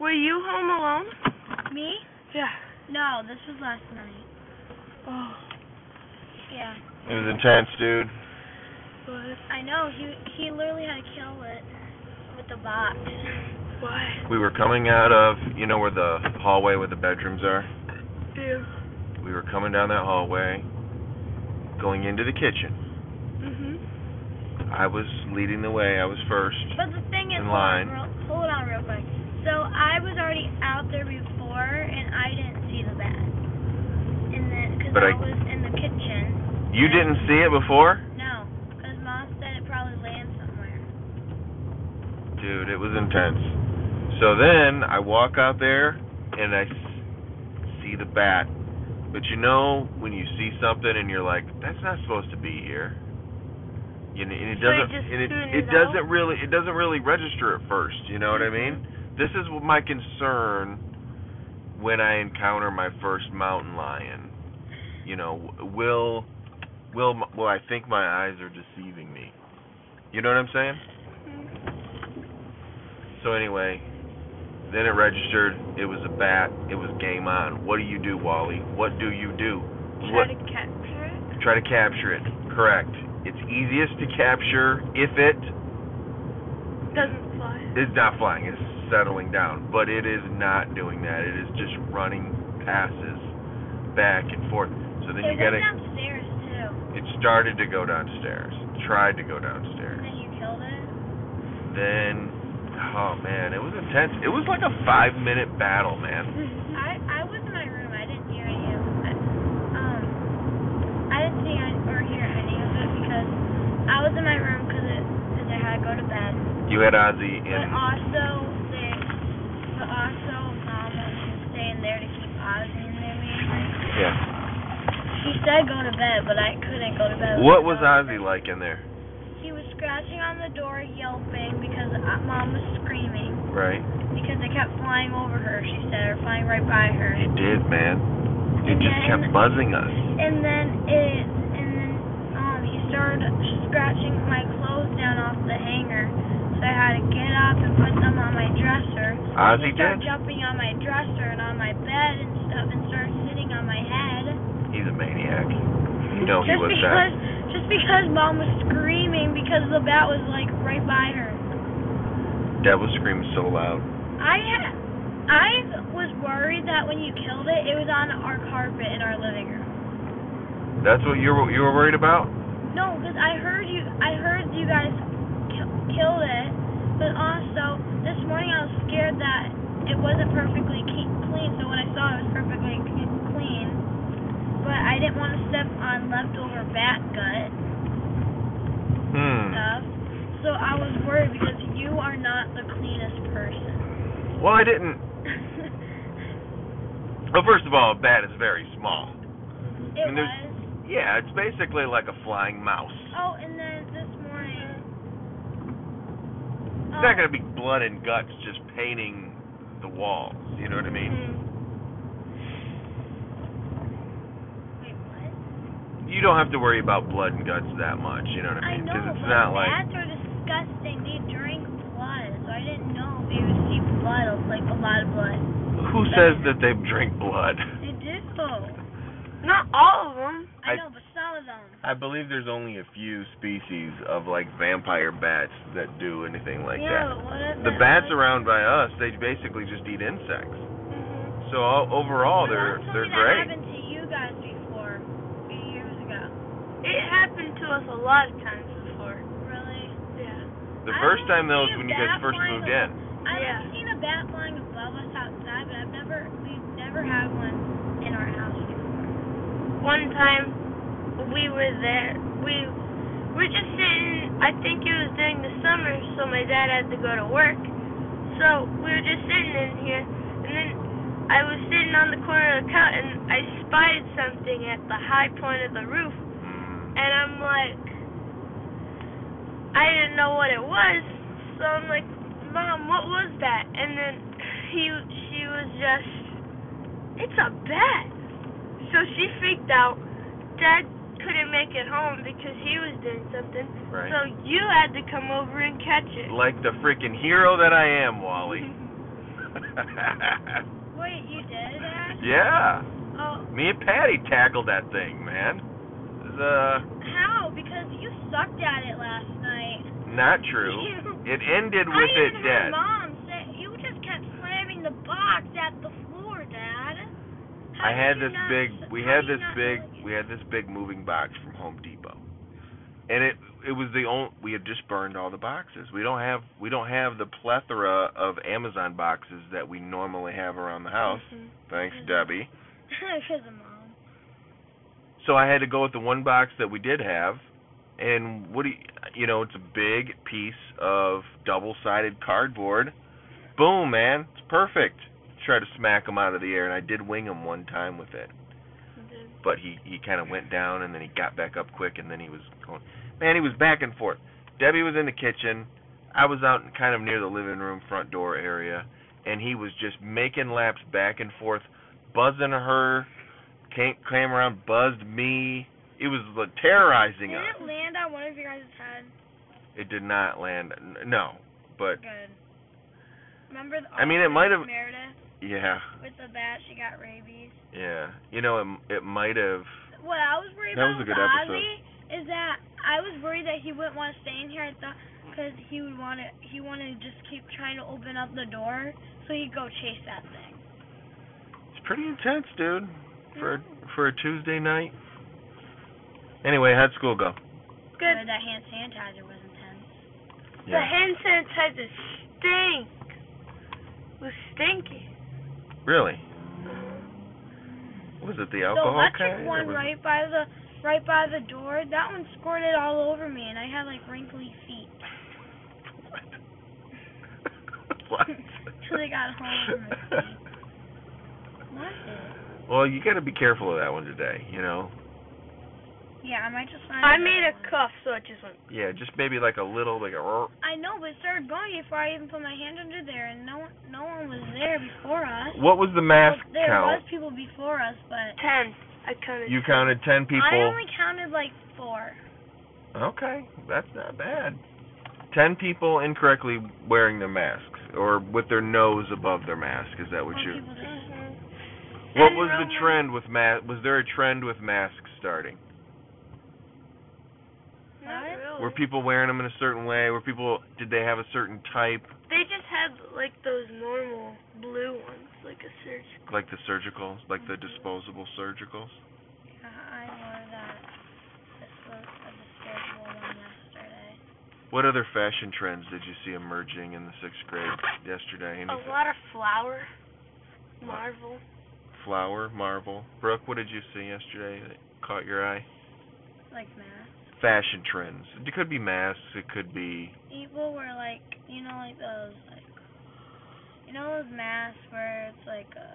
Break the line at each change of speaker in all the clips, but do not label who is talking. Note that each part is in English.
Were you home alone?
Me?
Yeah.
No, this was last night.
Oh.
Yeah.
It was intense, dude.
What?
I know. He he literally had to kill it with the box.
What?
We were coming out of, you know where the hallway where the bedrooms are?
Yeah.
We were coming down that hallway, going into the kitchen.
Mhm.
I was leading the way, I was first.
But the thing is,
In
hold on,
line.
real, hold on real quick. So I was already out there before, and I didn't see the bat. And then, because
But
I,
I-
was in the kitchen.
You didn't see it before?
No, because Mom said it probably lands somewhere.
Dude, it was intense. So then I walk out there and I s- see the bat. But you know when you see something and you're like, that's not supposed to be here. You know, and it
So you
doesn't
just
and it,
tune
it
it out?
doesn't really it doesn't really register at first, you know what I mean? This is what my concern when I encounter my first mountain lion. You know, w- will will m- will I think my eyes are deceiving me? You know what I'm saying?
Mm-hmm.
So anyway, then it registered. It was a bat. It was game on. What do you do, Wally? What do you do?
Try
What?
to capture it.
Try to capture it. Correct. It's easiest to capture if it
Doesn't fly.
is not flying. It's settling down, but it is not doing that. It is just running passes back and forth. So then
it
you gotta.
went downstairs too.
It started to go downstairs. Tried to go
And
downstairs.
then you killed it.
Then, oh man, it was intense. It was like a five-minute battle, man.
I I was in my room. I didn't hear you. I, um, I didn't see any, or hear any of it because I was in my room because it because I had to go to bed.
You had Ozzy
But
in.
also they, but also mom was staying there to keep Ozzy in there. Maybe.
Yeah.
She said go to bed, but I couldn't go to bed.
What was Ozzy like in there?
He was scratching on the door, yelping because uh, mom was screaming
Right.
because they kept flying over her. She said, or flying right by her.
It did, man.
And
It just
then-
kept buzzing us.
And then it, and then um, he started scratching my clothes down off the hanger, so I had to get up and put them on my dresser. he
Ozzy
started
did.
jumping on my dresser and on my bed and stuff, and started sitting on my head.
He's a maniac. You know he
just
was
because,
that.
just because mom was screaming because the bat was like right by her.
That was screaming so loud.
I had, I was worried that when you killed it, it was on our carpet in our living room.
That's what you were you were worried about?
No, because I heard you. I heard you guys ki- killed it, but also this morning I was scared that it wasn't perfectly ke- clean. So when I saw it, it was perfectly c- clean, but I didn't want to step on leftover bat gut
Hmm.
stuff. So I was worried because you are not the cleanest person.
Well, I didn't. Well, first of all, a bat is very small.
it
And
was.
there's- Yeah, it's basically like a flying mouse.
Oh, and then this morning. Oh.
It's not gonna be blood and guts just painting the walls. You know what I mean?
Mm-hmm.
Wait, what?
You don't have to worry about blood and guts that much. You know what
Hmm.
I
I
mean?
know,
Because it's
but
not like
bats are disgusting. They drink blood, so I didn't know if you would see blood, like a lot of blood.
who says that they drink blood.
They do. I
Not all of them.
I-
know, but some of them.
I believe there's only a few species of like vampire bats that do anything like
yeah, but what if
that. The
it
bats
was-
around by us, they basically just eat insects.
Mhm.
Mm-hmm.
So all, overall,
My
Oh, they're
mom told
they're
me That
great.
happened to you guys before, a few years ago.
It happened to us a lot of times before.
Really?
Yeah.
The
I
first
haven't
time though
seen a
was when you guys
bat
first
flying
moved
over-
in.
I've
Yeah.
seen a bat flying above us outside, but I've never, we've never had one in our house before.
One time we were there. We were just sitting. I think it was during the summer, so my dad had to go to work. So we were just sitting in here, and then I was sitting on the corner of the couch, and I spied something at the high point of the roof.
Mm.
And I'm like, I didn't know what it was, so I'm like, Mom, what was that? And then he, she was just, it's a bat. So she freaked out. Dad couldn't make it home because he was doing something.
Right.
So
Mm.
you had to come over and catch it.
Like the freaking hero that I am, Wally.
Wait, you did that?
yeah.
Oh,
Me and Patty tackled that thing, man. It's, uh,
how? Because you sucked at it last night.
not true.
You-
It ended with
I
it
even heard
dead.
Mom say you just kept slamming the box at the floor, Dad. How
I had
did you
this
not-
big. We
how
had
do you
this
not
big.
know
We had this big moving box from Home Depot, and it it was the only. We had just burned all the boxes. We don't have we don't have the plethora of Amazon boxes that we normally have around the house.
Mhm.
Mm-hmm.
Thanks, Debbie.
Because of Mom.
So I had to go with the one box that we did have, and what do you, you know? It's a big piece of double-sided cardboard. Boom, man, it's perfect. Try to smack him out of the air, and I did wing him one time with it. but he he kind of went down and then he got back up quick and then he was going man he was back and forth debbie was in the kitchen i was out in kind of near the living room front door area and he was just making laps back and forth buzzing her came, came around buzzed me it was like, terrorizing
Did
us
it land on one of your guys' heads?
it did not land n- no but
Good. Remember the
I mean, it might have-
Meredith
yeah
with the bat, she got rabies.
yeah you know it, it might have
What I was worried
That
about
was a
with
good episode.
Ozzy is that I was worried that he wouldn't want to stay in here. I thought because he would want to, he wanted to just keep trying to open up the door so he'd go chase that thing.
It's pretty intense, dude. For for a Tuesday night. Anyway, how'd school go?
Good.
Good. That hand sanitizer was intense.
The hand sanitizer stink. It was stinky.
Really? Was it the
the
alcohol
electric
kind? or
one
was-
right by the right by the door, that one squirted all over me, and I had like wrinkly feet.
what?
Till they got home from the What?
well, you got to be careful of that one today. You know.
Yeah, I might just find.
I
another
made a
one.
cuff, so it just went.
Yeah, just maybe like a little, like a.
I know, but it started going before I even put my hand under there, and no one, no one was there before us.
What was the mask
Well, there
count?
was people before us, but
Ten. I counted.
You counted
I
ten people.
only counted like four.
Okay, that's not bad. Ten people incorrectly wearing their masks or with their nose above their mask. Is that what
Four
you?
people did.
What
Mm-hmm. And
was the
Roman-
trend with ma? Was there a trend with masks starting?
Not
What?
really.
Were people wearing them in a certain way? Were people? Did they have a certain type,
They just had like those normal blue ones, like a surgical.
like the surgicals, like the disposable surgicals?
Uh, I wore that. This was a disposable one yesterday.
What other fashion trends did you see emerging in the sixth grade yesterday?
A
Anything?
lot of flower. Marvel.
Flower, marble. Brooke, what did you see yesterday that caught your eye?
Like masks.
Fashion trends. It could be masks. It could be
People were like, you know, like those, like, you know, those masks where it's like a,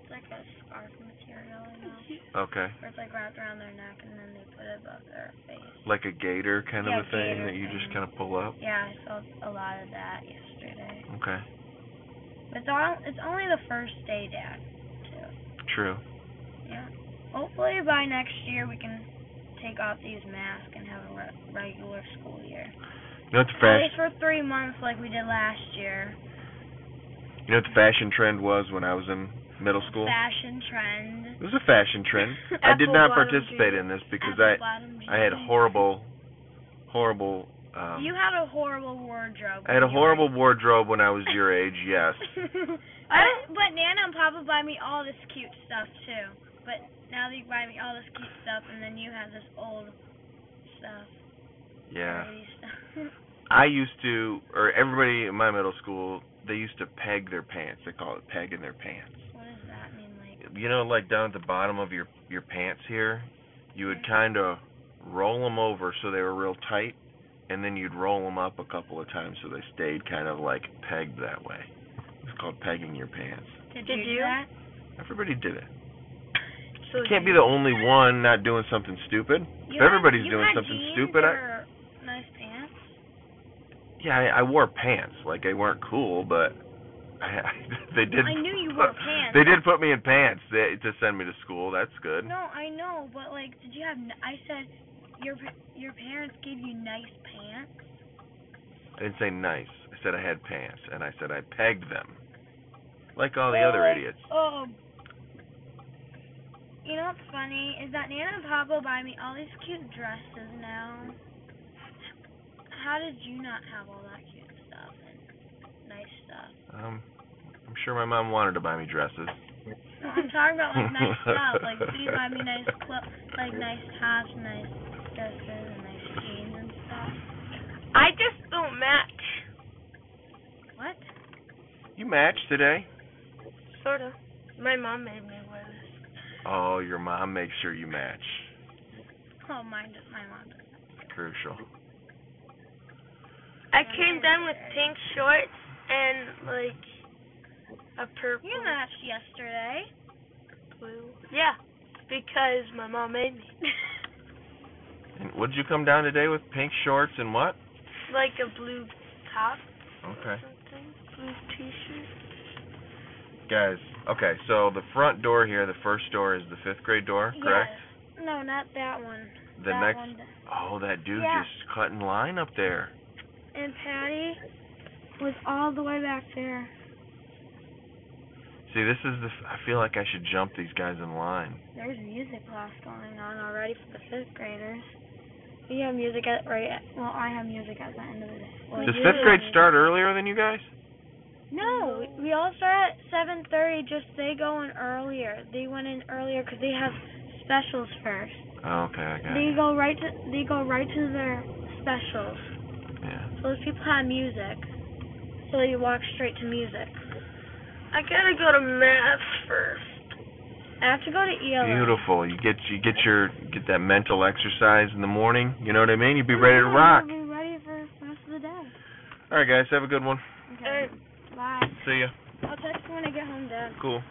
it's like a scarf material, you know,
Mm-hmm. okay,
where it's like wrapped around their neck and then they put it above their face.
like a gator kind
Yeah,
of a thing
gaiter
that you just
thing.
kind of pull up.
Yeah, I saw a lot of that yesterday.
Okay,
But it's all, it's only the first day, Dad. Too.
true.
Yeah. Hopefully by next year we can take off these masks and have a re- regular school year.
You know what the
At
fashion?
least for three months, like we did last year.
You know what the fashion trend was when I was in middle school?
Fashion trend.
It was a fashion trend. I did not
Apple bottom
participate in this because I I had horrible horrible um
you had a horrible wardrobe.
I had a
when you
horrible wardrobe when I was your age, yes.
were- I- but Nana and Papa buy me all this cute stuff too. But now they buy me all this cute stuff, and then you have this old stuff.
Yeah.
dirty stuff.
I used to or everybody in my middle school, they used to peg their pants. They call it pegging their pants.
what does that mean? Like
You know like down at the bottom of your your pants here, you would kind of roll them over so they were real tight and then you'd roll them up a couple of times so they stayed kind of like pegged that way. It's called pegging your pants.
did,
Did
you, do
you?
that?
Everybody did it.
So
You can't be the only one not doing something stupid.
You
If
had-
everybody's
you
doing
had
something
jeans
stupid, I-
or nice pants.
Yeah, I, I wore pants. Like they weren't cool, but I, they did.
I knew you
put-
wore pants.
They did put me in pants they, to send me to school. That's good.
No, I know, but like, did you have? n- I said, your pa- your parents gave you nice pants.
I didn't say nice. I said I had pants, and I said I pegged them, like all the other idiots.
Oh. You know what's funny is that Nana and Papa buy me all these cute dresses now. How did you not have all that cute stuff and nice stuff?
Um, I'm sure my mom wanted to buy me dresses.
No, I'm talking about like nice stuff. Like you buy me nice clothes, like nice tops, nice dresses, and nice jeans and stuff.
I just don't match.
What?
You matched today.
Sort of. My mom made me wear this.
Oh, your mom makes sure you match.
Oh, mine, does- my mom does.
It's crucial.
I came down with pink shorts and like a purple
You matched yesterday.
blue. Yeah, because my mom made me.
And would you come down today with pink shorts and what?
like a blue top or
Okay.
something. Blue t-shirt.
Guys, okay, so the front door here, the first door is the fifth grade door, correct?
Yes. No, not that one.
The
that
next
one.
Oh, that dude
Yeah.
just cut in line up there.
And Patty was all the way back there.
See, this is the f- I feel like I should jump these guys in line.
There's music class going on already for the fifth graders. We have music at right. At, well, I have music at the end of the day. Well,
Does
you
fifth
have
grade
music.
start earlier than you guys?
No, we, we all start at seven thirty. Just they go in earlier. They went in earlier 'cause they have specials first.
Oh, okay, I got
They
it.
go right to they go right to their specials.
Yeah.
So those people have music. So they walk straight to music.
I gotta go to math first.
I have to go to E ELA.
Beautiful. You get you get your get that mental exercise in the morning. You know what I mean? You'd be ready to rock.
Be ready for the rest of the day.
All right, guys. Have a good one.
Okay. Bye.
See ya.
I'll text you when I get home, Dad.
Cool.